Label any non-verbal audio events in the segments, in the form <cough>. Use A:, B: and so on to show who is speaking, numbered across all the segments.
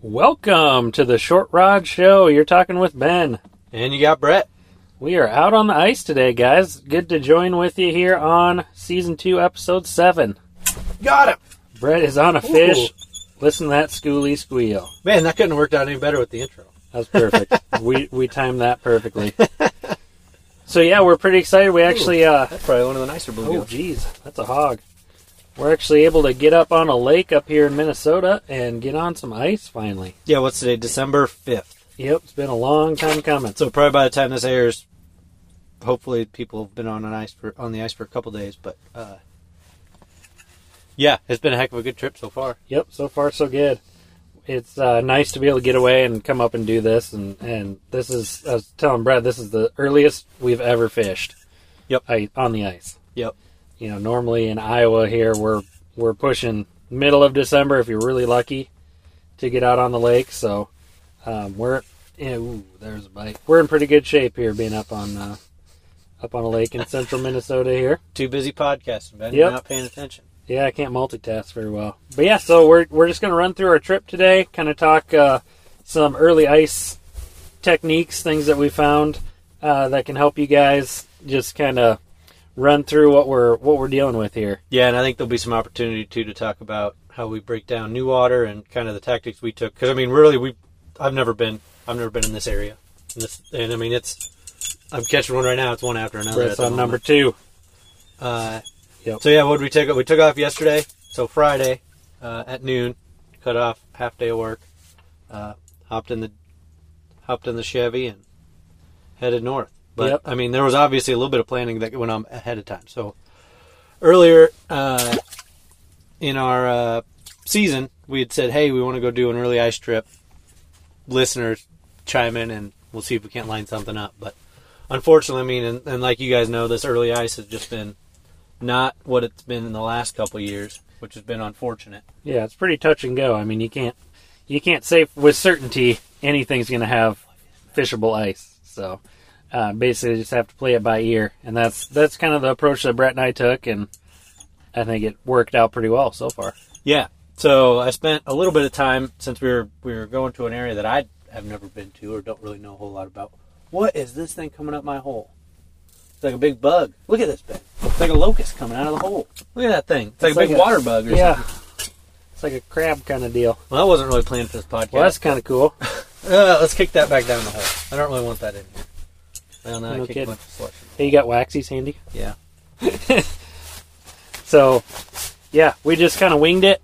A: Welcome to the Short Rod Show. You're talking with Ben.
B: And you got Brett.
A: We are out on the ice today, guys. Good to join with you here on season two, episode seven.
B: Got him.
A: Brett is on a fish. Listen to that schooly squeal.
B: Man, that couldn't have worked out any better with the intro.
A: That was
B: <laughs>
A: perfect. we we timed that perfectly. So yeah, we're pretty excited. We actually uh
B: That's probably one of the nicer
A: oh geez, that's a hog. We're actually able to get up on a lake up here in Minnesota and get on some ice finally.
B: Yeah, what's today? December 5th.
A: Yep, it's been a long time coming.
B: So probably by the time this airs, hopefully people have been on an ice for on the ice for a couple days. But uh, yeah, it's been a heck of a good trip so far.
A: Yep, so far so good. It's uh, nice to be able to get away and come up and do this. And, and this is, I was telling Brad, this is the earliest we've ever fished.
B: Yep.
A: I, on the ice.
B: Yep.
A: You know, normally in Iowa here, we're we're pushing middle of December if you're really lucky to get out on the lake. So um, we're yeah, ooh, there's a bite. We're in pretty good shape here, being up on uh, up on a lake in central Minnesota here.
B: Too busy podcasting, Ben.
A: Yep.
B: You're not paying attention.
A: Yeah, I can't multitask very well. But yeah, so we're we're just gonna run through our trip today, kind of talk uh, some early ice techniques, things that we found uh, that can help you guys just kind of run through what we're what we're dealing with here.
B: Yeah, and I think there'll be some opportunity too to talk about how we break down new water and kind of the tactics we took. Because I mean, really, we I've never been I've never been in this area, and, this, and I mean it's I'm catching one right now. It's one after another.
A: Brett's
B: at the
A: on
B: moment.
A: number two.
B: Uh,
A: Yep.
B: So yeah, what did we take? We took off yesterday, so Friday uh, at noon, cut off half day of work, uh, hopped in the hopped in the Chevy and headed north. But
A: Yep.
B: I mean, there was obviously a little bit of planning that went on ahead of time. So earlier uh, in our uh, season, we had said, "Hey, we want to go do an early ice trip." Listeners, chime in and we'll see if we can't line something up. But unfortunately, I mean, and, and like you guys know, this early ice has just been not what it's been in the last couple years, which has been unfortunate.
A: Yeah, it's pretty touch and go. I mean, you can't you can't say with certainty anything's going to have fishable ice. So uh, basically, you just have to play it by ear, and that's that's kind of the approach that Brett and I took, and I think it worked out pretty well so far.
B: Yeah. So I spent a little bit of time since we were we were going to an area that I have never been to or don't really know a whole lot about. What is this thing coming up my hole? It's like a big bug. Look at this bug. It's like a locust coming out of the hole. Look at that thing. It's like
A: It's
B: a big
A: like a-
B: water bug or
A: Yeah,
B: something.
A: it's like a crab kind of deal.
B: Well, that wasn't really planned for this podcast.
A: Well, that's kind of cool.
B: Uh, let's kick that back down the hole. I don't really want that in here. Well,
A: No
B: now I kicked a
A: kidding.
B: bunch of slush.
A: Hey, you got waxies handy?
B: Yeah.
A: So, yeah, we just kind of winged it.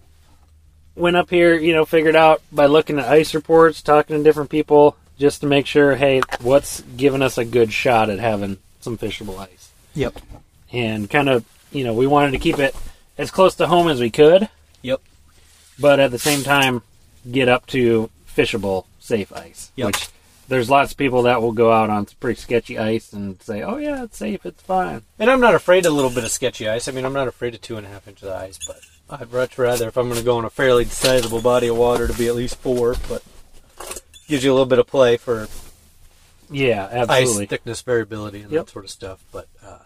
A: Went up here, you know, figured out by looking at ice reports, talking to different people, just to make sure, hey, what's giving us a good shot at having some fishable ice?
B: Yep.
A: And kind of, you know, we wanted to keep it as close to home as we could,
B: Yep.
A: but at the same time, get up to fishable, safe ice.
B: Yep.
A: Which there's lots of people that will go out on some pretty sketchy ice and say, oh, yeah, it's safe, it's fine.
B: And I'm not afraid of a little bit of sketchy ice. I mean, I'm not afraid of two and a half inches of ice, but I'd much rather if I'm going to go on a fairly sizable body of water to be at least four, but gives you a little bit of play for
A: Yeah, absolutely.
B: ice thickness variability and
A: Yep.
B: that sort of stuff. But uh,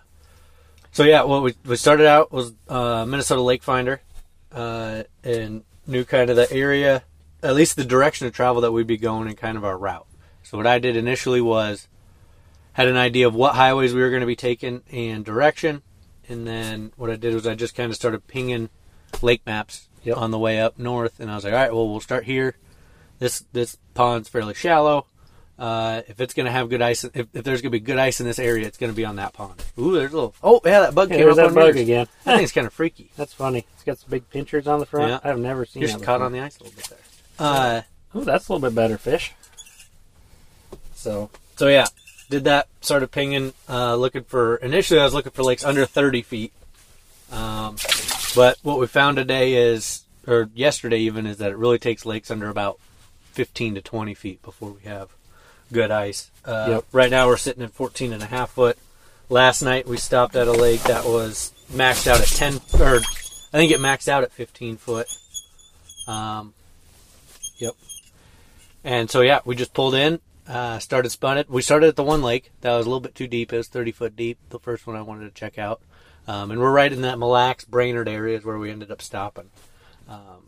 B: so yeah, what we, we started out was uh, Minnesota Lake Finder uh, and knew kind of the area, at least the direction of travel that we'd be going and kind of our route. So what I did initially was had an idea of what highways we were going to be taking and direction, and then what I did was I just kind of started pinging lake maps
A: Yep.
B: on the way up north, and I was like, all right, well we'll start here. This this pond's fairly shallow. Uh, if it's going to have good ice, if, if there's going to be good ice in this area, it's going to be on that pond. Ooh, there's a little. Oh, yeah, that bug
A: Yeah,
B: came
A: there's
B: up
A: that
B: on
A: bug
B: yours.
A: again.
B: That thing's kind of <laughs> freaky.
A: That's funny. It's got some big pinchers on the front.
B: Yeah.
A: I've never seen
B: You're
A: that.
B: just caught on the ice a little bit there. Uh,
A: Oh, that's a little bit better fish. So,
B: so yeah, did that. Started pinging, uh, looking for. Initially, I was looking for lakes under 30 feet. Um, but what we found today is, or yesterday even, is that it really takes lakes under about 15 to 20 feet before we have good ice. Uh,
A: Yep.
B: Right now, we're sitting at 14 and a half foot. Last night we stopped at a lake that was maxed out at 10, or I think it maxed out at 15 foot. Um, yep. And so, yeah, we just pulled in, uh, started spun it. We started at the one lake that was a little bit too deep. It was 30 foot deep, the first one I wanted to check out. Um, and we're right in that Mille Lacs, Brainerd area is where we ended up stopping. Um,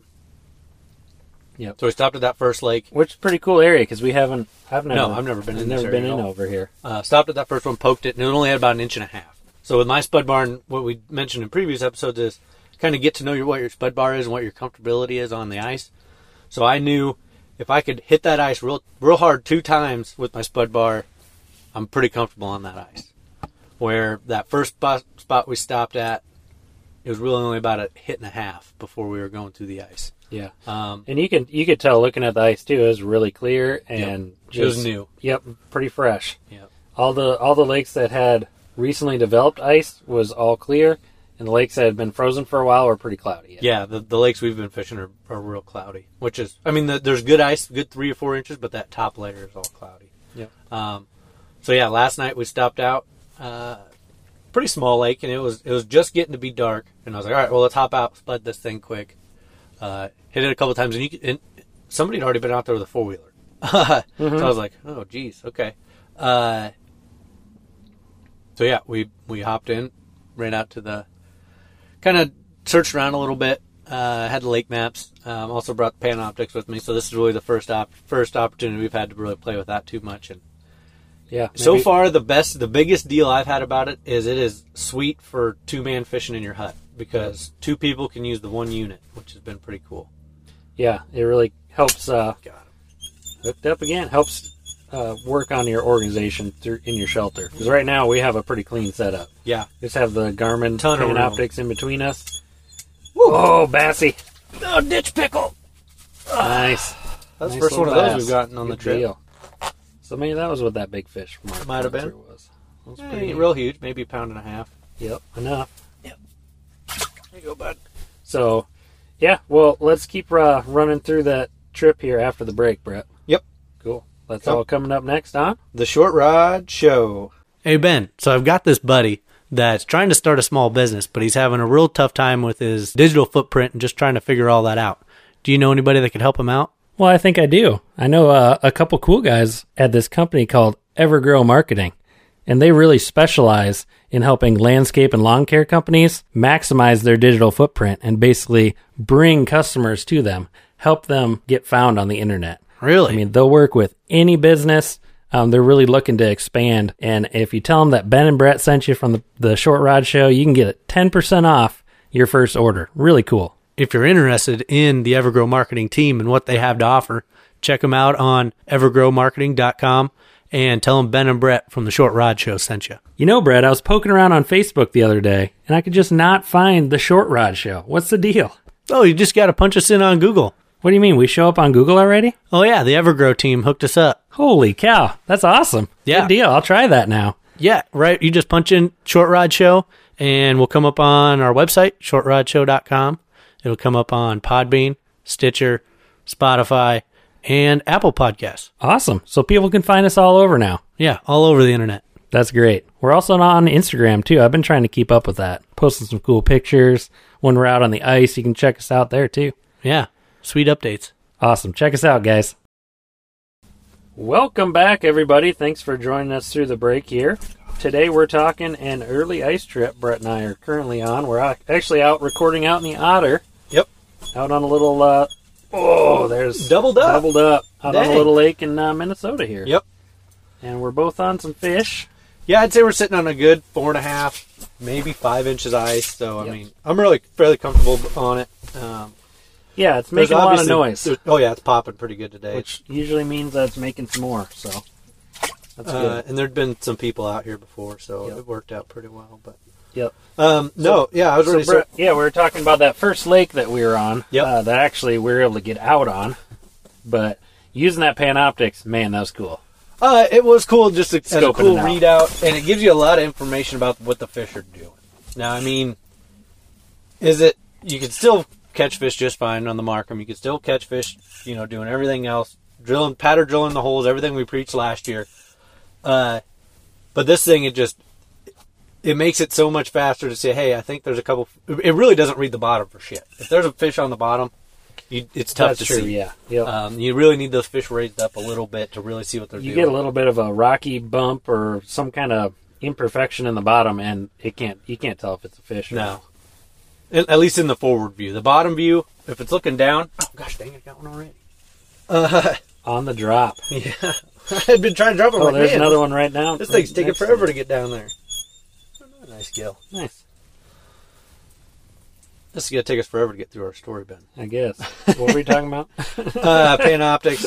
A: Yep.
B: So we stopped at that first lake.
A: Which is a pretty cool area because we haven't. I've never.
B: No, I've never been in this
A: never
B: area
A: been
B: at
A: in
B: all.
A: over here.
B: Uh, stopped at that first one, poked it, and it only had about an inch and a half. So with my spud barn, what we mentioned in previous episodes is kind of get to know your, what your spud bar is and what your comfortability is on the ice. So I knew if I could hit that ice real real hard two times with my spud bar, I'm pretty comfortable on that ice. Where that first spot, spot we stopped at, it was really only about a hit and a half before we were going through the ice.
A: Yeah,
B: Um,
A: and you can you could tell looking at the ice too. It was really clear and
B: It was
A: just
B: new.
A: Yep, pretty fresh.
B: yeah.
A: All the all the lakes that had recently developed ice was all clear, and the lakes that had been frozen for a while were pretty cloudy.
B: Yeah, the, the lakes we've been fishing are, are real cloudy, which is, I mean, the, there's good ice, good three or four inches, but that top layer is all cloudy.
A: Yep.
B: Um, so yeah, last night we stopped out, uh, pretty small lake, and it was it was just getting to be dark, and I was like, all right, well, let's hop out, spud this thing quick. Uh, hit it a couple times, and you could- and somebody had already been out there with a four <laughs> wheeler, so I was like, oh, geez, okay. Uh, so yeah, we we hopped in, ran out to the kind of searched around a little bit. Uh, had the lake maps. Um, also brought the Panoptics with me, so this is really the first op- first opportunity we've had to really play with that too much. And
A: yeah.
B: so
A: maybe-
B: far, the best, the biggest deal I've had about it is it is sweet for two man fishing in your hut because two people can use the one unit, which has been pretty cool.
A: yeah, it really helps. Uh,
B: Got him.
A: hooked up again helps uh, work on your organization through in your shelter because right now we have a pretty clean setup.
B: Yeah.
A: Just have the Garmin
B: Ton of room.
A: Panoptics in between us. Oh, Bassy,
B: Oh, ditch pickle.
A: nice.
B: That's
A: Nice
B: the first one
A: little
B: of those
A: bass.
B: we've gotten on the
A: Good
B: trip.
A: deal. So maybe that was what that big fish mark
B: Might have been.
A: monster was. That was
B: Eh,
A: pretty
B: ain't
A: neat.
B: real huge, maybe a pound and a half.
A: Yep, enough.
B: There you go, bud.
A: So, yeah. Well, let's keep uh, running through that trip here after the break, Brett.
B: Yep.
A: Cool. That's
B: Cool.
A: all coming up next, huh?
B: The Short Rod Show. Hey, Ben. So I've got this buddy that's trying to start a small business, but he's having a real tough time with his digital footprint and just trying to figure all that out. Do you know anybody that could help him out?
A: Well, I think I do. I know uh, a couple cool guys at this company called Evergrow Marketing, and they really specialize in helping landscape and lawn care companies maximize their digital footprint and basically bring customers to them, help them get found on the internet.
B: Really?
A: I mean, they'll work with any business. Um, they're really looking to expand. And if you tell them that Ben and Brett sent you from the, the Short Rod Show, you can get it 10% off your first order. Really cool.
B: if you're interested in the Evergrow marketing team and what they have to offer, check them out on evergrowmarketing.com and tell them Ben and Brett from the Short Rod Show sent you.
A: You know, Brad, I was poking around on Facebook the other day and I could just not find the short rod show. What's the deal?
B: Oh, you just got to punch us in on Google.
A: What do you mean? We show up on Google already?
B: Oh, yeah, the Evergrow team hooked us up.
A: Holy cow. That's awesome.
B: Yeah.
A: Good deal. I'll try that now.
B: Yeah, right. You just punch in Short Rod Show and we'll come up on our website, shortrodshow.com. It'll come up on Podbean, Stitcher, Spotify, and Apple Podcasts.
A: Awesome. So people can find us all over now.
B: Yeah, all over the internet.
A: That's great. We're also on Instagram too. I've been trying to keep up with that. Posting some cool pictures. When we're out on the ice, you can check us out there too.
B: Yeah, sweet updates.
A: Awesome. Check us out, guys. Welcome back, everybody. Thanks for joining us through the break here. Today we're talking an early ice trip Brett and I are currently on. We're out- actually out recording out in the Otter.
B: Yep.
A: Out on a little, uh, oh, there's
B: Doubled up.
A: Doubled up. Out on
B: Dang.
A: a little lake in uh, Minnesota here.
B: Yep.
A: And we're both on some fish.
B: Yeah, I'd say we're sitting on a good four and a half, maybe five inches ice. So I
A: Yep.
B: mean, I'm really fairly comfortable on it. Um,
A: Yeah, it's
B: there's
A: making a lot of
B: obviously-
A: noise,
B: there- Oh yeah, it's popping pretty good today.
A: which usually means that it's making some more. So that's
B: uh,
A: good.
B: and there'd been some people out here before, so
A: Yep.
B: it worked out pretty well. But
A: Yep.
B: um, no, yeah, I was
A: So,
B: really
A: Brett, yeah, we were talking about that first lake that we were on.
B: Yep.
A: Uh, that actually we were able to get out on, but using that panoptics, man, that was cool.
B: Uh, it was cool just to, as a
A: Scoping
B: cool
A: it out.
B: readout, and it gives you a lot of information about what the fish are doing. Now, I mean, is it you can still catch fish just fine on the Markham. You can still catch fish, you know, doing everything else, drilling, patter drilling the holes, everything we preached last year. Uh, but this thing, it just it makes it so much faster to say, hey, I think there's a couple. It really doesn't read the bottom for shit. If there's a fish on the bottom, you, it's tough
A: That's
B: to
A: true.
B: see.
A: Yeah. Yep.
B: Um, you really need those fish raised up a little bit to really see what they're
A: you
B: doing.
A: get a little bit of a rocky bump or some kind of imperfection in the bottom, and it can't you can't tell if it's a fish. Or
B: No. At at least in the forward view. The bottom view, if it's looking down, oh gosh dang, it, I got one already. Uh, <laughs>
A: on the drop.
B: yeah. <laughs> I've been trying to drop it. I'm
A: Oh,
B: like,
A: there's
B: man,
A: another one right now.
B: This thing's taking
A: Next to
B: forever
A: me.
B: to get down there. Oh, Nice gill.
A: Nice,
B: This is gonna take us forever to get through our story, Ben.
A: I guess. What were we talking about?
B: <laughs> uh, Panoptics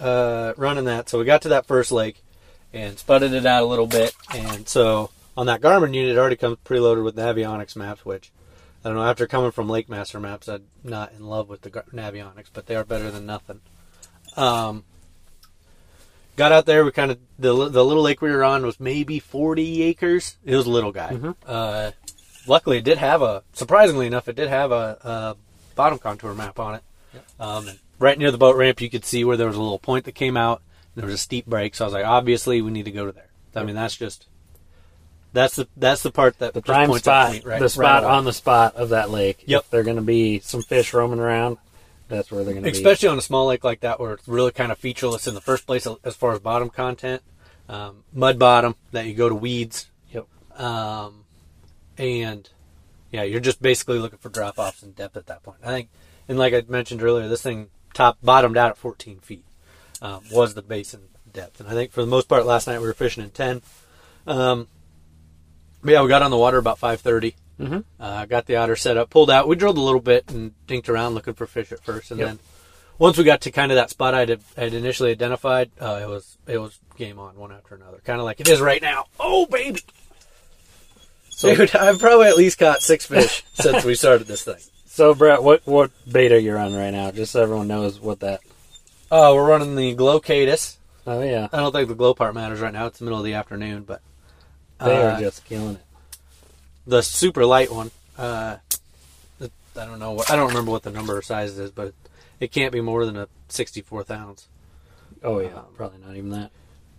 B: uh, running that. So we got to that first lake and spudded it out a little bit. And so on that Garmin unit, it already comes preloaded with Navionics maps, which I don't know. After coming from Lake Master maps, I'm not in love with the Gar- Navionics, but they are better than nothing. Um, got out there. We kind of the li- the little lake we were on was maybe 40 acres. It was a little guy.
A: Mhm.
B: Uh, luckily, it did have a surprisingly enough, it did have a, a bottom contour map on it. Um, and right near the boat ramp, you could see where there was a little point that came out. And there was a steep break, so I was like, obviously, we need to go to there. I mean, that's just that's the that's the part that
A: The
B: just
A: prime
B: points out
A: spot,
B: to me, right?
A: the spot
B: right
A: on the spot of that lake.
B: Yep.
A: If they're going to be some fish roaming around, that's where they're going to be.
B: especially on a small lake like that where it's really kind of featureless in the first place as far as bottom content, um, mud bottom that you go to weeds,
A: Yep.
B: um, and yeah, you're just basically looking for drop offs in depth at that point. I think, and like I mentioned earlier, this thing top bottomed out at 14 feet um, was the basin depth, and I think for the most part last night we were fishing in 10. Um, but yeah, we got on the water about 5:30.
A: Mhm.
B: Uh, got the otter set up, pulled out. We drilled a little bit and dinked around looking for fish at first, and
A: Yep.
B: then once we got to kind of that spot I'd, I'd initially identified, uh, it was it was game on one after another, kind of like it is right now. Oh baby,
A: So-
B: dude, I've probably at least caught
A: <laughs>
B: six fish since we started this thing.
A: So, Brett, what what beta you're on right now? Just so everyone knows what that.
B: Uh, we're running the Glocatus.
A: Oh yeah,
B: I don't think the glow part matters right now. It's the middle of the afternoon, but
A: they
B: uh,
A: are just killing it.
B: the super light one. Uh, the- I don't know. What, I don't remember what the number of sizes is, but it can't be more than a 64th ounce.
A: Oh yeah,
B: um,
A: probably not even that.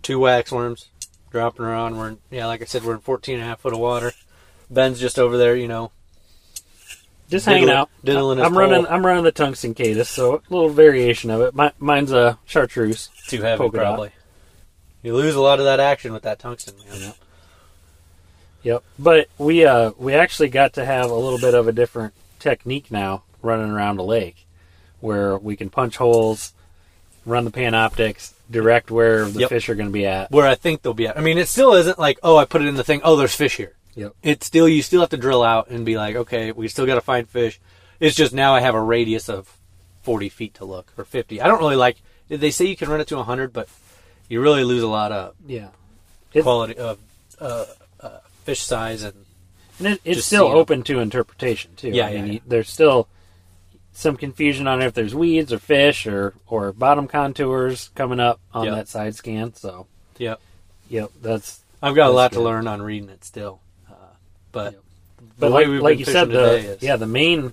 B: Two wax worms dropping around. We're in, yeah, like I said, we're in 14 and a half foot of water. Ben's just over there, you know.
A: Just
B: diddling-
A: hanging out.
B: diddling his
A: I'm running.
B: pole.
A: I'm running the tungsten catus, so a little variation of it. Mi- mine's a chartreuse.
B: Too heavy,
A: polka dot.
B: probably. You lose a lot of that action with that tungsten, man.
A: Yeah. Yep. But we uh we actually got to have a little bit of a different technique now running around a lake where we can punch holes, run the panoptics, direct where the
B: Yep.
A: fish are going to be at.
B: Where I think they'll be at. I mean, it still isn't like, oh, I put it in the thing. Oh, there's fish here.
A: Yep.
B: it's still you still have to drill out and be like, okay, we still got to find fish. It's just now I have a radius of 40 feet to look or 50. I don't really like. They say you can run it to 100, but you really lose a lot of
A: Yeah. It's-
B: quality of uh, uh, fish size and
A: And it, it's
B: Just
A: still
B: seeing 'em.
A: open to interpretation too.
B: Yeah,
A: I mean,
B: yeah, yeah.
A: there's still some confusion on if there's weeds or fish or or bottom contours coming up on
B: Yep.
A: that side scan. So,
B: yeah.
A: yep, that's
B: I've got a
A: That's
B: lot to
A: good.
B: learn on reading it still, uh, but
A: Yep.
B: the
A: But
B: way
A: like,
B: we've
A: like
B: been
A: you
B: fishing
A: said,
B: today
A: the
B: is
A: yeah the main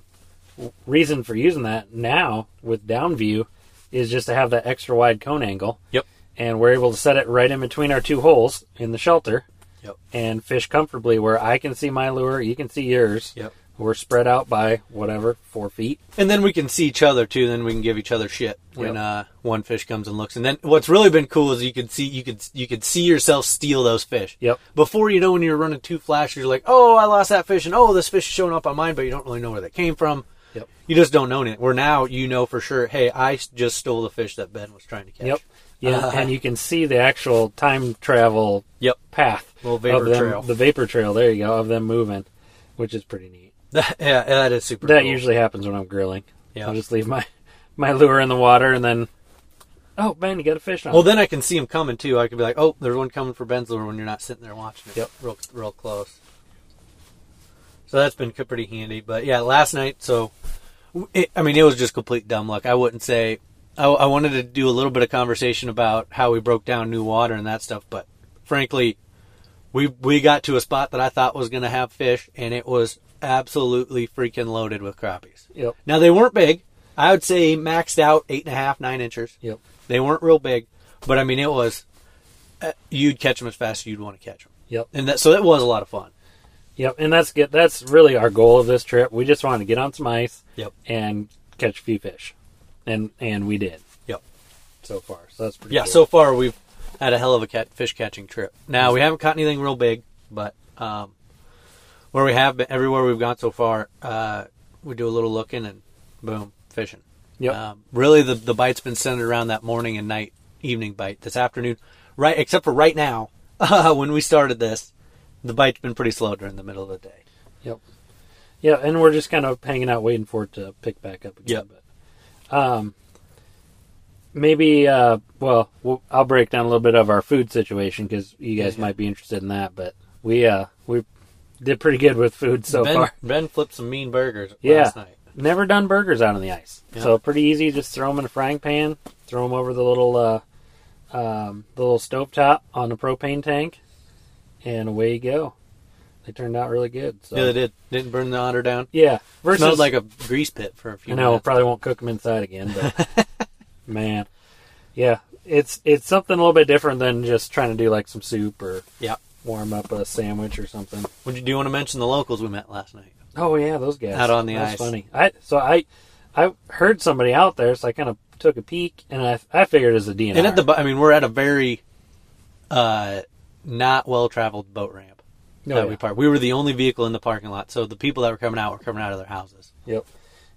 A: w- reason for using that now with downview is just to have that extra wide cone angle.
B: Yep.
A: And we're able to set it right in between our two holes in the shelter.
B: Yep.
A: And fish comfortably where I can see my lure, you can see yours.
B: Yep.
A: We're spread out by whatever four feet.
B: And then we can see each other too. Then we can give each other shit when
A: Yep.
B: uh, one fish comes and looks. And then what's really been cool is you could see you could you could see yourself steal those fish.
A: Yep.
B: Before you know when you're running two flashes, you're like, oh, I lost that fish, and oh, this fish is showing up on mine, but you don't really know where that came from.
A: Yep.
B: You just don't know it. Where now you know for sure. Hey, I s- just stole the fish that Ben was trying to catch.
A: Yep. Yeah.
B: Uh,
A: and you can see the actual time travel
B: Yep. <laughs>
A: path.
B: Little vapor
A: of them,
B: trail.
A: The vapor trail. There you go. Of them moving, which is pretty neat.
B: That, yeah, that is super.
A: That
B: cool.
A: usually happens when I'm grilling.
B: Yeah.
A: I'll just leave my <laughs> my lure in the water and then oh man, you got a fish on. Well,
B: Well, then I can see him coming too. I could be like, oh, there's one coming for Ben's lure when you're not sitting there watching it.
A: Yep.
B: Real, real close. So that's been c- pretty handy. But yeah, last night, so, w- it, I mean, it was just complete dumb luck. I wouldn't say, I, I wanted to do a little bit of conversation about how we broke down new water and that stuff, but frankly, we, we got to a spot that I thought was going to have fish, and it was absolutely freaking loaded with crappies.
A: yep,
B: Now, they weren't big. I would say maxed out eight and a half, nine inches.
A: yep,
B: They weren't real big, but I mean, it was uh, you'd catch them as fast as you'd want to catch them,
A: yep,
B: and that so that was a lot of fun.
A: yep. And that's get that's really our goal of this trip. We just wanted to get on some ice
B: Yep.
A: and catch a few fish, and and we did.
B: Yep.
A: So far, so that's pretty.
B: Yeah.
A: cool.
B: So far, we've had a hell of a cat, fish catching trip. Now we haven't caught anything real big, but um, where we have been, everywhere we've gone so far, uh, we do a little looking and boom, fishing.
A: Yep.
B: Um, really, the the bite's been centered around that morning and night, evening bite. This afternoon, right? Except for right now, <laughs> when we started this, the bite's been pretty slow during the middle of the day.
A: Yep. Yeah, and we're just kind of hanging out, waiting for it to pick back up again.
B: Yep.
A: But, um, maybe. Uh, well, we'll, I'll break down a little bit of our food situation because you guys
B: Yeah.
A: might be interested in that. But we uh, we did pretty good with food so
B: ben,
A: far.
B: Ben flipped some mean burgers
A: Yeah.
B: last night.
A: Never done burgers out on the ice,
B: Yeah.
A: so pretty easy. Just throw them in a frying pan, throw them over the little uh, um, the little stove top on the propane tank, and away you go. They turned out really good. So
B: Yeah, they did. Didn't burn the honor down.
A: yeah,
B: It
A: versus
B: Smelled like a grease pit for a few
A: I know
B: minutes.
A: probably won't cook them inside again, but <laughs> man, yeah, it's it's something a little bit different than just trying to do like some soup or
B: Yeah.
A: warm up a sandwich or something.
B: Would you do you want to mention the locals we met last night?
A: Oh yeah, those guys
B: Out on the
A: That's
B: ice.
A: Funny. I so I I heard somebody out there, so I kind of took a peek, and I I figured it was a DNR.
B: And at the, bo- I mean, we're at a very uh, not well traveled boat ramp
A: No,
B: that
A: Oh, yeah.
B: we parked. We were the only vehicle in the parking lot, so the people that were coming out were coming out of their houses.
A: yep,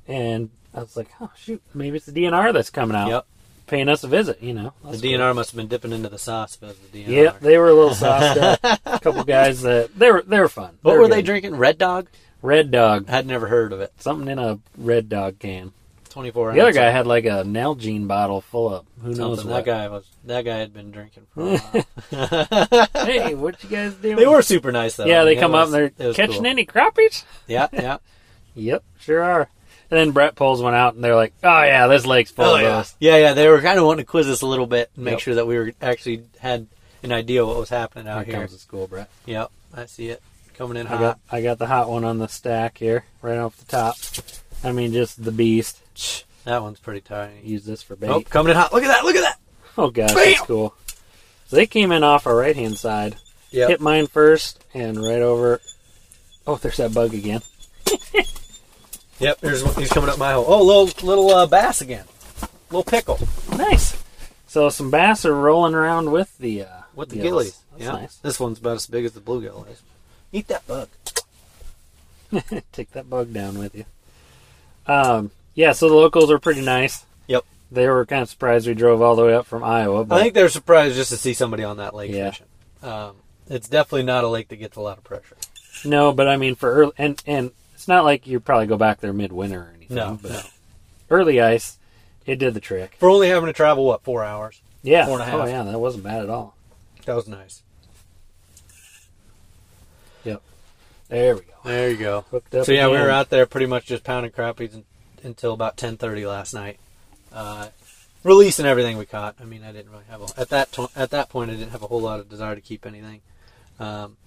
A: and I was like, oh shoot, maybe it's the DNR that's coming out,
B: Yep.
A: paying us a visit. You know,
B: The
A: That's cool.
B: DNR must have been dipping into the sauce because of the DNR.
A: Yep, they were a little sauced up. A couple guys that they were they were fun.
B: what
A: were
B: were they
A: good.
B: drinking? Red Dog?
A: Red Dog.
B: I'd never heard of it.
A: something in a red dog can.
B: 24
A: The other
B: ounce.
A: guy had like a Nalgene bottle full of who knows
B: Something.
A: what.
B: That guy was. That guy had been drinking for a while.
A: <laughs>
B: <laughs>
A: hey, what you guys doing?
B: They were super nice though.
A: Yeah,
B: I
A: they
B: mean, it
A: come
B: was-
A: up and
B: it
A: they're
B: was
A: catching
B: cool.
A: any crappies.
B: Yeah,
A: <laughs>
B: yeah.
A: Yep, sure are. And then Brett pulls one out, and they're like, "Oh yeah, this lake's full
B: Oh
A: of
B: yeah,
A: those."
B: yeah, yeah. They were kind of wanting to quiz us a little bit and make
A: Yep.
B: sure that we were actually had an idea what was happening out
A: Here
B: here.
A: comes the school, Brett.
B: Yep, I see it coming in
A: I
B: hot.
A: got I got the hot one on the stack here, right off the top. I mean, just the beast.
B: That one's pretty tiny.
A: Use this for bait.
B: Oh,
A: Oh,
B: coming in hot. Look at that. Look at that.
A: gosh,
B: Bam!
A: that's cool. So they came in off our right hand side,
B: Yeah.
A: hit mine first, and right over. Oh, there's that bug again.
B: Yep. Here's one. He's coming up my hole. Oh, little little uh, bass again. Little pickle.
A: Nice. So some bass are rolling around with the uh,
B: With the
A: gills.
B: gillies.
A: That's
B: Yeah.
A: nice. <laughs>
B: This one's about as big as the bluegill is. Eat that bug.
A: Take that bug down with you. Um, yeah. So the locals are pretty nice.
B: Yep.
A: They were kind of surprised we drove all the way up from Iowa. But
B: I think they're surprised just to see somebody on that lake
A: Yeah.
B: fishing. Um, it's definitely not a lake that gets a lot of pressure.
A: no, but I mean for early and and it's not like you probably go back there midwinter or anything.
B: No,
A: but
B: no.
A: early ice, it did the trick.
B: For only having to travel what four hours.
A: Yeah.
B: Four and a
A: Oh
B: half.
A: yeah, that wasn't bad at all.
B: That was nice.
A: There we go.
B: There you go.
A: Hooked up.
B: So yeah, we
A: again.
B: were out there pretty much just pounding crappies un- until about ten thirty last night, uh, releasing everything we caught. I mean, I didn't really have a, at that to- at that point I didn't have a whole lot of desire to keep anything, um,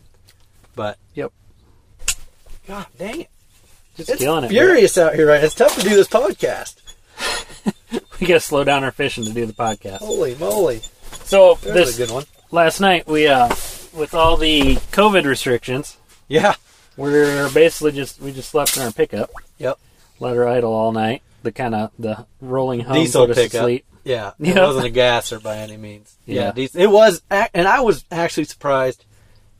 B: but
A: Yep.
B: God dang it,
A: just
B: it's
A: killing it.
B: furious out here, right? It's tough to do this podcast.
A: <laughs> We got to slow down our fishing to do the podcast.
B: Holy moly,
A: So
B: that
A: this
B: was Oh, a good one.
A: last night we uh with all the covid restrictions
B: Yeah,
A: we're basically just we just slept in our pickup
B: Yep.
A: let her idle all night the kind of the rolling home
B: Diesel
A: put us Um, to
B: pickup.
A: sleep
B: yeah. It
A: Yeah.
B: wasn't a gasser by any means.
A: <laughs> Yeah.
B: Yeah, dec- it was, ac- and I was actually surprised.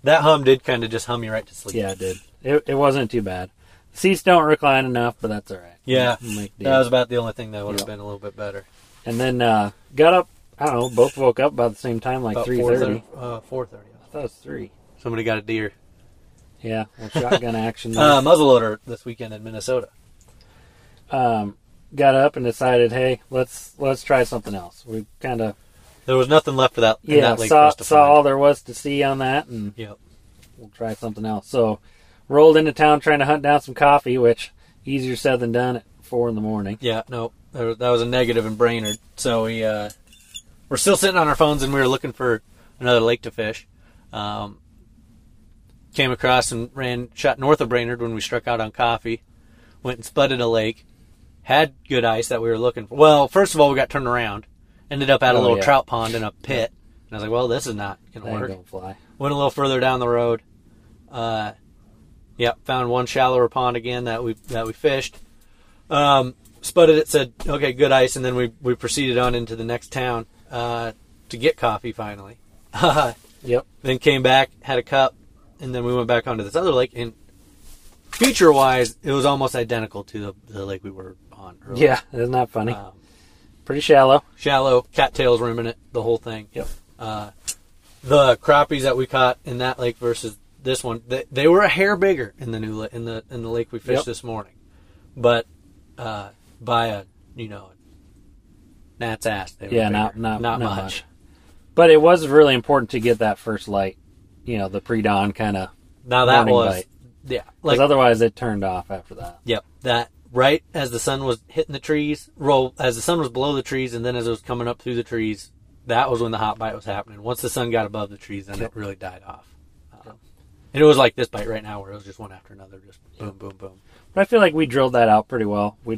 B: That hum did kind of just hum you right to sleep.
A: yeah it did it, it wasn't too bad seats don't recline enough but that's all right
B: Yeah.
A: We'll make do.
B: That was about the only thing that would have
A: Yep.
B: been a little bit better.
A: and then uh got up i don't know both woke up about the same time like
B: About
A: 3.30
B: 4:30, Uh, Four thirty.
A: that was 3
B: Somebody got a deer.
A: yeah well,
B: <laughs>
A: shotgun action there.
B: Uh, muzzleloader this weekend in Minnesota.
A: um got up and decided hey let's let's try something else we kind of
B: There was nothing left for that. in
A: yeah
B: that lake for
A: saw,
B: us to
A: saw
B: find.
A: all there was to see on that and
B: Yep.
A: we'll try something else. So, rolled into town trying to hunt down some coffee, which easier said than done at four in the morning.
B: Yeah. No. There, was- that was a negative in Brainerd. So we uh, we're still sitting on our phones and we were looking for another lake to fish. Um, came across and ran shot north of Brainerd when we struck out on coffee. Went and spudded a lake. Had good ice that we were looking for. Well, first of all, we got turned around. Ended up at a
A: Oh,
B: little
A: yeah.
B: trout pond in a pit. And I was like, well, this is not going
A: That
B: to
A: ain't
B: work.
A: gonna fly.
B: went a little further down the road. Uh, yep, found one shallower pond again that we that we fished. Um, spudded it, said okay, good ice, and then we we proceeded on into the next town uh, to get coffee finally. then
A: Yep.
B: came back, had a cup, and then we went back onto this other lake. And feature wise, it was almost identical to the, the lake we were on on early.
A: Yeah, isn't that funny?
B: Um,
A: Pretty shallow.
B: shallow, cattails ruminant, the whole thing.
A: Yep.
B: Uh, the crappies that we caught in that lake versus this one, they, they were a hair bigger in the new la- in the in the lake we fished
A: Yep.
B: this morning, but uh, by a you know gnat's ass. They were
A: Yeah,
B: bigger.
A: not- not-
B: not
A: not
B: much.
A: much. But it was really important to get that first light, you know, the pre-dawn kind of,
B: Now that
A: Morning
B: was
A: bite.
B: yeah,
A: because
B: like
A: otherwise it turned off after that.
B: Yep. That right as the sun was hitting the trees, roll as the sun was below the trees, and then as it was coming up through the trees, that was when the hot bite was happening. Once the sun got above the trees, then it really died off. Um, And it was like this bite right now, where it was just one after another, just boom, boom, boom.
A: But I feel like we drilled that out pretty well. We,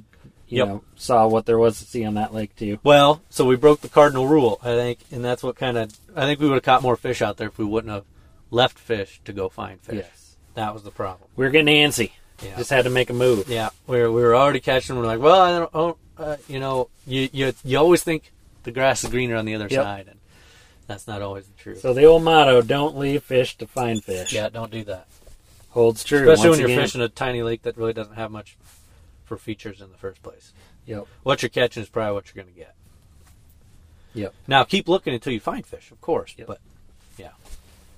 A: you
B: Yep.
A: know, saw what there was to see on that lake too.
B: Well, so we broke the cardinal rule, I think, and that's what kind of I think we would have caught more fish out there if we wouldn't have left fish to go find fish.
A: Yes.
B: That was the problem.
A: We were getting antsy.
B: Yeah.
A: Just had to make a move.
B: Yeah, we were, we were already catching. We're like, well, I don't, oh, uh, you know, you, you you always think the grass is greener on the other
A: Yep.
B: side, and that's not always the truth.
A: So the old motto, "Don't leave fish to find fish,"
B: yeah, don't do that,
A: holds true.
B: especially
A: once
B: when you're
A: again.
B: fishing a tiny lake that really doesn't have much for features in the first place.
A: Yep.
B: What you're catching is probably what you're going to get.
A: Yep.
B: Now keep looking until you find fish, of course.
A: Yep.
B: But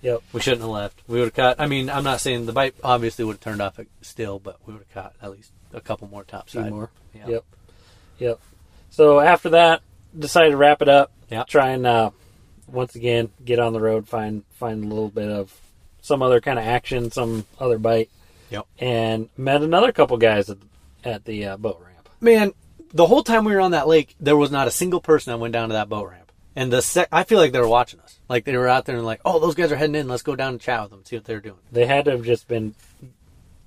A: Yep.
B: we shouldn't have left. We would have caught. I mean, I'm not saying the bite obviously would have turned off it still, but we would have caught at least a couple more
A: Two
B: topside.
A: more.
B: Yeah.
A: Yep. Yep. So after that, decided to wrap it up.
B: Yeah.
A: Try and uh, once again get on the road, find find a little bit of some other kind of action, some other bite.
B: Yep.
A: And met another couple guys at, at the uh, boat ramp.
B: man, the whole time we were on that lake, there was not a single person that went down to that boat ramp. And the sec- I feel like they were watching us. Like they were out there and like, oh, those guys are heading in. Let's go down and chat with them, see what they're doing.
A: They had to have just been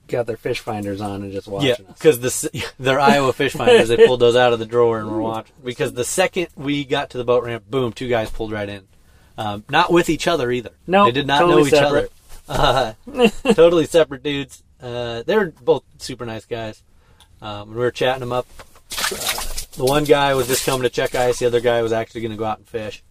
A: got their fish finders on and just watching
B: Yeah,
A: us.
B: because the s- <laughs> their Iowa fish finders they pulled those out of the drawer and were
A: <laughs>
B: watching. Because the second we got to the boat ramp, boom, two guys pulled right in. Um, not with each other either.
A: No,
B: they did not
A: totally
B: know each
A: separate.
B: other. <laughs> Uh, totally separate dudes. Uh, they were both super nice guys. Um, we were chatting them up. Uh, the one guy was just coming to check ice. The other guy was actually going to go out and fish.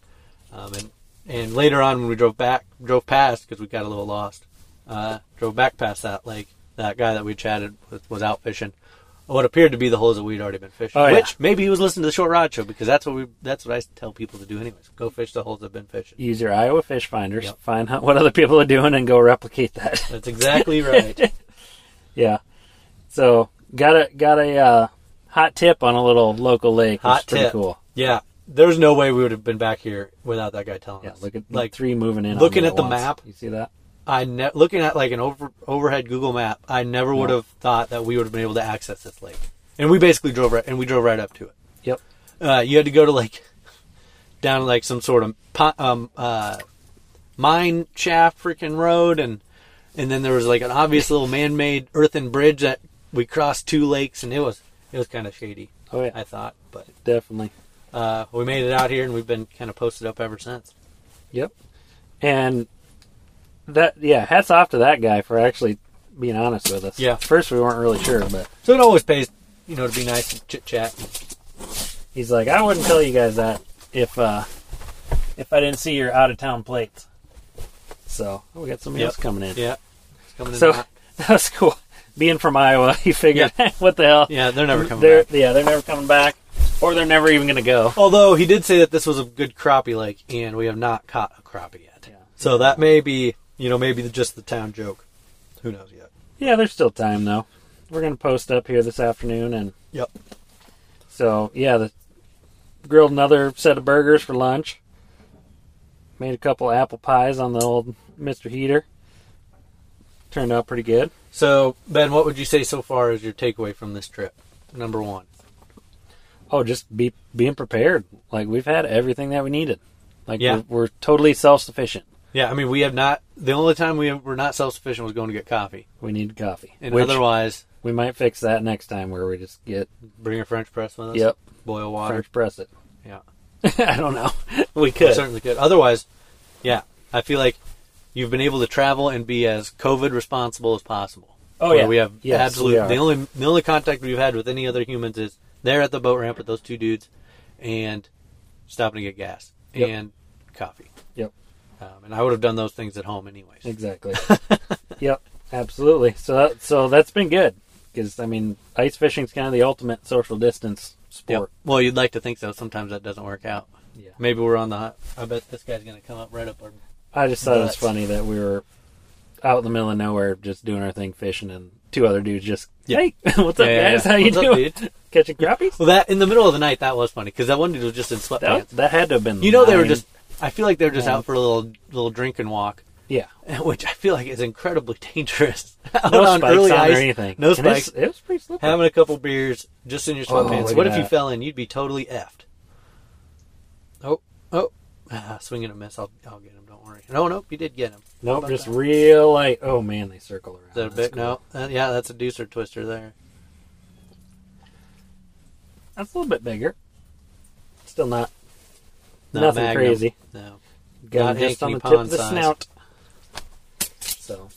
B: Um, and and later on when we drove back, drove past because we got a little lost. Uh, drove back past that lake. That guy that we chatted with was out fishing. What appeared to be the holes that we'd already been fishing,
A: Oh, yeah.
B: which maybe he was listening to the short rod show because that's what we—that's what I tell people to do anyways. Go fish the holes I've been fishing.
A: Use your Iowa fish finders,
B: Yep.
A: find out what other people are doing, and go replicate that.
B: That's
A: <laughs>
B: exactly right.
A: Yeah. So got a got a uh, hot tip on a little local lake.
B: Hot
A: which is pretty
B: tip.
A: cool.
B: yeah, there's no way we would have been back here without that guy telling
A: Yeah,
B: us.
A: look at like
B: like
A: three moving in. on
B: looking
A: me
B: at the
A: once.
B: map.
A: You see that?
B: I ne- looking at like an over overhead Google map. I never would
A: No.
B: have thought that we would have been able to access this lake, and we basically drove right and we drove right up to it.
A: Yep.
B: Uh, you had to go to like <laughs> down like some sort of po- um, uh, mine shaft freaking road, and and then there was like an obvious little man-made earthen bridge that we crossed two lakes, and it was it was kind of shady.
A: Oh yeah,
B: I thought, but
A: definitely.
B: uh, we made it out here, and we've been kind of posted up ever since.
A: Yep. And that yeah, hats off to that guy for actually being honest with us.
B: Yeah.
A: First we weren't really sure, but
B: So it always pays, you know, to be nice and chit chat.
A: he's like, I wouldn't tell you guys that if uh if I didn't see your out of town plates. So oh, we got somebody
B: Yep.
A: else coming in.
B: Yeah. It's coming in
A: So <laughs>
B: hot.
A: that was cool. Being from Iowa, <laughs> he figured, what the hell?
B: Yeah, they're never coming
A: they're,
B: back.
A: Yeah, they're never coming back, or they're never even going to go.
B: Although he did say that this was a good crappie lake, and we have not caught a crappie yet.
A: Yeah.
B: So that may be, you know, maybe the, just the town joke. Who knows yet?
A: Yeah, there's still time though. We're going to post up here this afternoon, and
B: Yep.
A: so yeah, the, grilled another set of burgers for lunch. Made a couple apple pies on the old Mister Heater. Turned out pretty good.
B: So Ben, what would you say so far is your takeaway from this trip? Number one.
A: Oh, just be being prepared. Like we've had everything that we needed. Like
B: Yeah.
A: we're, we're totally self sufficient.
B: Yeah, I mean, we have not. The only time we were not self sufficient was going to get coffee,
A: We need coffee,
B: and
A: which
B: otherwise,
A: we might fix that next time where we just get
B: bring a French press with us.
A: Yep.
B: Boil water.
A: French press it. <laughs>
B: Yeah.
A: I don't know. We could.
B: certainly could. Otherwise, yeah, I feel like you've been able to travel and be as COVID responsible as possible.
A: Oh,
B: Where
A: yeah.
B: we have
A: Yes,
B: absolute.
A: we are.
B: the only the only contact we've had with any other humans is there at the boat ramp with those two dudes, and stopping to get gas
A: Yep.
B: and coffee.
A: Yep.
B: Um, and I would have done <laughs> those things at home anyways.
A: Exactly. yep. Absolutely. So that, so that's been good. because I mean, ice fishing's kind of the ultimate social distance
B: Yep.
A: sport.
B: Well, you'd like to think so. Sometimes that doesn't work out.
A: Yeah.
B: Maybe we're on the. hot- I bet this guy's gonna come up
A: <laughs>
B: right up our.
A: I just thought it was
B: But-
A: funny that we were out in the middle of nowhere just doing our thing fishing and two other dudes just
B: Yeah.
A: hey <laughs> what's up
B: Yeah, yeah,
A: guys
B: yeah.
A: how you
B: What's up,
A: doing
B: dude?
A: catching crappies
B: <laughs> Well, that in the middle of the night that was funny because that one dude was just in sweatpants.
A: that, that had to have been
B: You know, they were
A: nine.
B: just. I feel like they were just
A: Yeah.
B: out for a little little drink and walk, <laughs>
A: yeah
B: which I feel like is incredibly dangerous. <laughs> Out
A: no spikes
B: early
A: on
B: ice,
A: or anything
B: No
A: And it's-
B: spikes.
A: it was pretty slippery
B: Having a couple beers just in your
A: Oh,
B: sweatpants.
A: look
B: what
A: at
B: if you
A: that.
B: fell in? You'd be totally effed. Oh, oh, ah, swing and a miss. I'll I'll get him. Don't worry. No, nope. You did get him.
A: nope
B: about
A: just
B: that?
A: real light oh man they circle around
B: Is that a
A: That's
B: bit?
A: cool.
B: No. Uh, yeah, that's a deucer twister there.
A: that's a little bit bigger still not,
B: Not
A: nothing
B: Magnum.
A: crazy
B: No.
A: got
B: Not
A: it just on
B: Ankeny
A: the tip of
B: pond
A: the
B: size.
A: snout so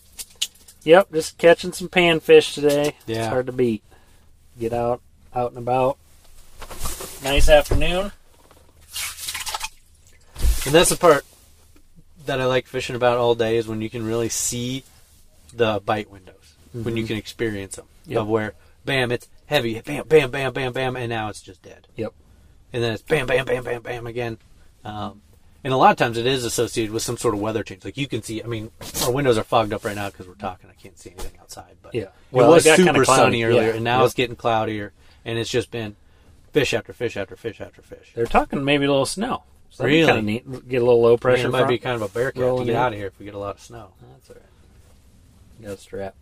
A: yep just catching some panfish today
B: Yeah.
A: it's hard to beat get out out and about nice afternoon
B: And that's the part that I like fishing about all day is when you can really see the bite windows, when you can experience them.
A: Mhm. Yep.
B: Of where, bam, it's heavy, bam, bam, bam, bam, bam, and now it's just dead.
A: Yep.
B: And then it's bam, bam, bam, bam, bam again. Um, and a lot of times it is associated with some sort of weather change. Like you can see, I mean, our windows are fogged up right now because we're talking. I can't see anything outside. But
A: Yeah.
B: it
A: Well,
B: was
A: it got
B: super
A: kinda cloudy.
B: sunny earlier,
A: Yeah.
B: and now
A: Yep.
B: it's getting cloudier, and it's just been fish after fish after fish after fish.
A: They're talking maybe a little snow. So
B: Really?
A: kind of neat. Get a little low pressure.
B: Man, it might
A: front.
B: be kind of a bear cat to
A: rolling
B: get
A: in.
B: out of here if we get a lot of snow.
A: That's all right. Got a strap.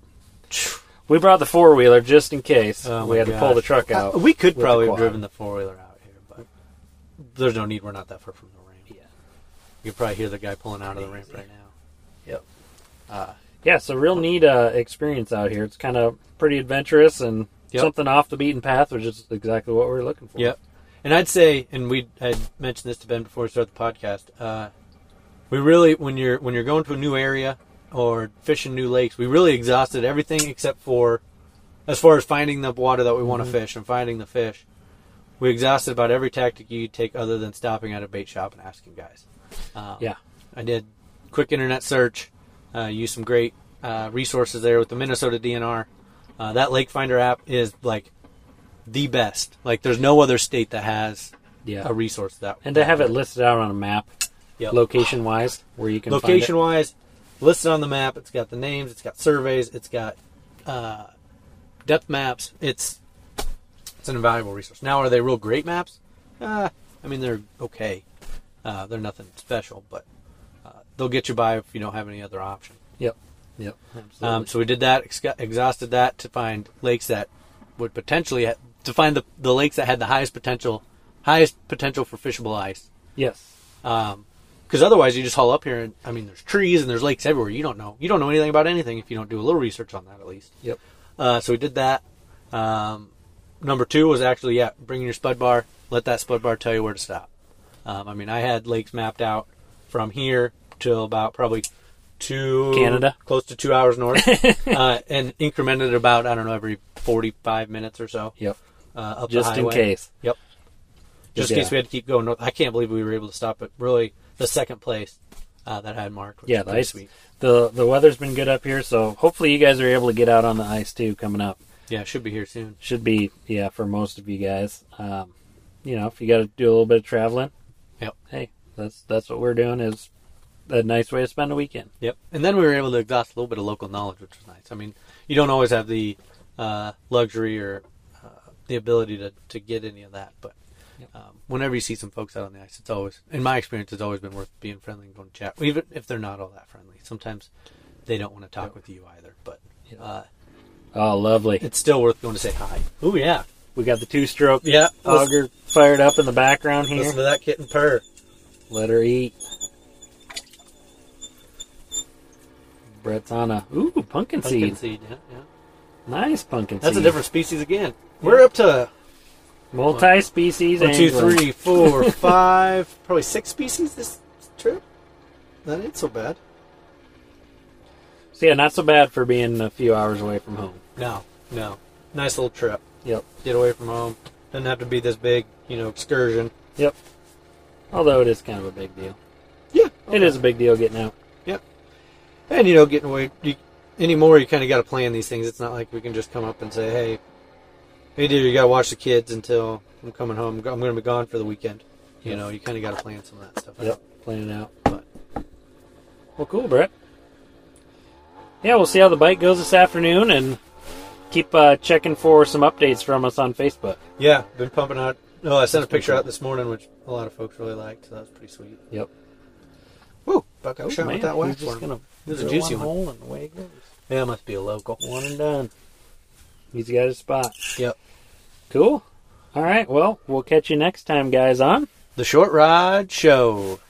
A: We brought the four wheeler just in case
B: Oh
A: we
B: my
A: had to pull
B: gosh.
A: the truck out.
B: Uh, we could
A: with the
B: probably have
A: quad.
B: driven the four wheeler out here, but there's no need. We're not that far from the ramp.
A: Yeah.
B: You can probably hear the guy pulling out of the ramp right now.
A: Yep.
B: Uh,
A: Yeah, so real neat uh, experience out here. It's kind of pretty adventurous and
B: Yep.
A: something off the beaten path, which is exactly what we were looking for.
B: yep. And I'd say, and we had mentioned this to Ben before we started the podcast. Uh, we really, when you're when you're going to a new area or fishing new lakes, we really exhausted everything except for, as far as finding the water that we want to fish and finding the fish. We exhausted about every tactic you take other than stopping at a bait shop and asking guys. Um,
A: Yeah.
B: I did quick internet search, uh, used some great uh, resources there with the Minnesota DNR. Uh, that Lake Finder app is like the best. Like, there's no other state that has
A: Yeah.
B: a resource that.
A: And to have it listed out on a map,
B: Yep.
A: location wise, where you can find it.
B: location wise, listed on the map. It's got the names. It's got surveys. It's got uh, depth maps. It's it's an invaluable resource. Now, are they real great maps? Uh, I mean, they're okay. Uh, they're nothing special, but uh, they'll get you by if you don't have any other option.
A: Yep. Yep. Absolutely.
B: Um, so we did that, ex- exhausted that to find lakes that would potentially ha- to find the, the lakes that had the highest potential, highest potential for fishable ice.
A: yes.
B: Because otherwise, you just haul up here, and I mean, there's trees and there's lakes everywhere. You don't know, you don't know anything about anything if you don't do a little research on that at least.
A: Yep.
B: Uh, so we did that. Um, number two was actually yeah, bringing your spud bar. Let that spud bar tell you where to stop. Um, I mean, I had lakes mapped out from here till about probably two
A: Canada?
B: close to two
A: <laughs>
B: hours north, uh, and incremented about I don't know every forty-five minutes or so
A: Yep.
B: uh, up the
A: Just in
B: highway.
A: case.
B: Yep. Just in
A: Yeah.
B: case we had to keep going north. I can't believe we were able to stop at really the second place uh, that I had marked. Which
A: Yeah,
B: is
A: the
B: pretty
A: ice.
B: sweet.
A: The the weather's been good up here, so hopefully you guys are able to get out on the ice too. Coming up,
B: Yeah, it should be here soon.
A: should be yeah for most of you guys. Um, you know, if you got to do a little bit of traveling,
B: Yep.
A: Hey, that's that's what we're doing is a nice way to spend a weekend.
B: Yep. And then we were able to exhaust a little bit of local knowledge, which was nice. I mean, you don't always have the uh, luxury or uh, the ability to, to get any of that, but um, whenever you see some folks out on the ice, it's always, in my experience, it's always been worth being friendly and going to chat, even if they're not all that friendly. Sometimes they don't want to talk with you either, but
A: Yep.
B: uh,
A: Oh, lovely!
B: it's still worth going to say hi. Oh yeah,
A: We got the two stroke
B: yeah. Let's-
A: auger fired up in the background here.
B: Listen to that kitten purr.
A: Let her eat. Brett's on a ooh pumpkin,
B: Pumpkin
A: seed.
B: seed. Yeah, yeah.
A: Nice pumpkin
B: That's
A: seed.
B: a different species again. We're up to
A: multi-species.
B: one, two,
A: angler.
B: three, <laughs> four, five, probably six species this trip. That ain't so bad.
A: So yeah, not so bad for being a few hours away from home.
B: No, no. Nice little trip.
A: Yep.
B: Get away from home. Doesn't have to be this big, you know, excursion.
A: Yep. Although it is kind of a big deal.
B: Yeah,
A: It is a big deal getting out.
B: Yep. And you know, getting away. You, anymore, you kind of got to plan these things. It's not like we can just come up and say, "Hey, hey, dear, you got to watch the kids until I'm coming home. I'm going to be gone for the weekend." You
A: Yep.
B: know, you kind of got to plan some of that stuff. out.
A: Yep. Planning out.
B: But
A: Well, cool, Brett. Yeah, we'll see how the bike goes this afternoon, and keep uh, checking for some updates from us on Facebook.
B: yeah, been pumping out. No, I sent a
A: That's pretty
B: picture out
A: cool.
B: this morning, which a lot of folks really liked. So that was pretty sweet.
A: Yep.
B: Woo, Buck, I
A: Oh,
B: wish I
A: man,
B: went that way.
A: he's just gonna
B: It was a
A: drill
B: juicy
A: one
B: one.
A: hole and away it goes.
B: Yeah, it must be a local.
A: One and done. He's got his spot.
B: Yep.
A: Cool. All right. Well, we'll catch you next time, guys. On.
B: The Short Rod Show.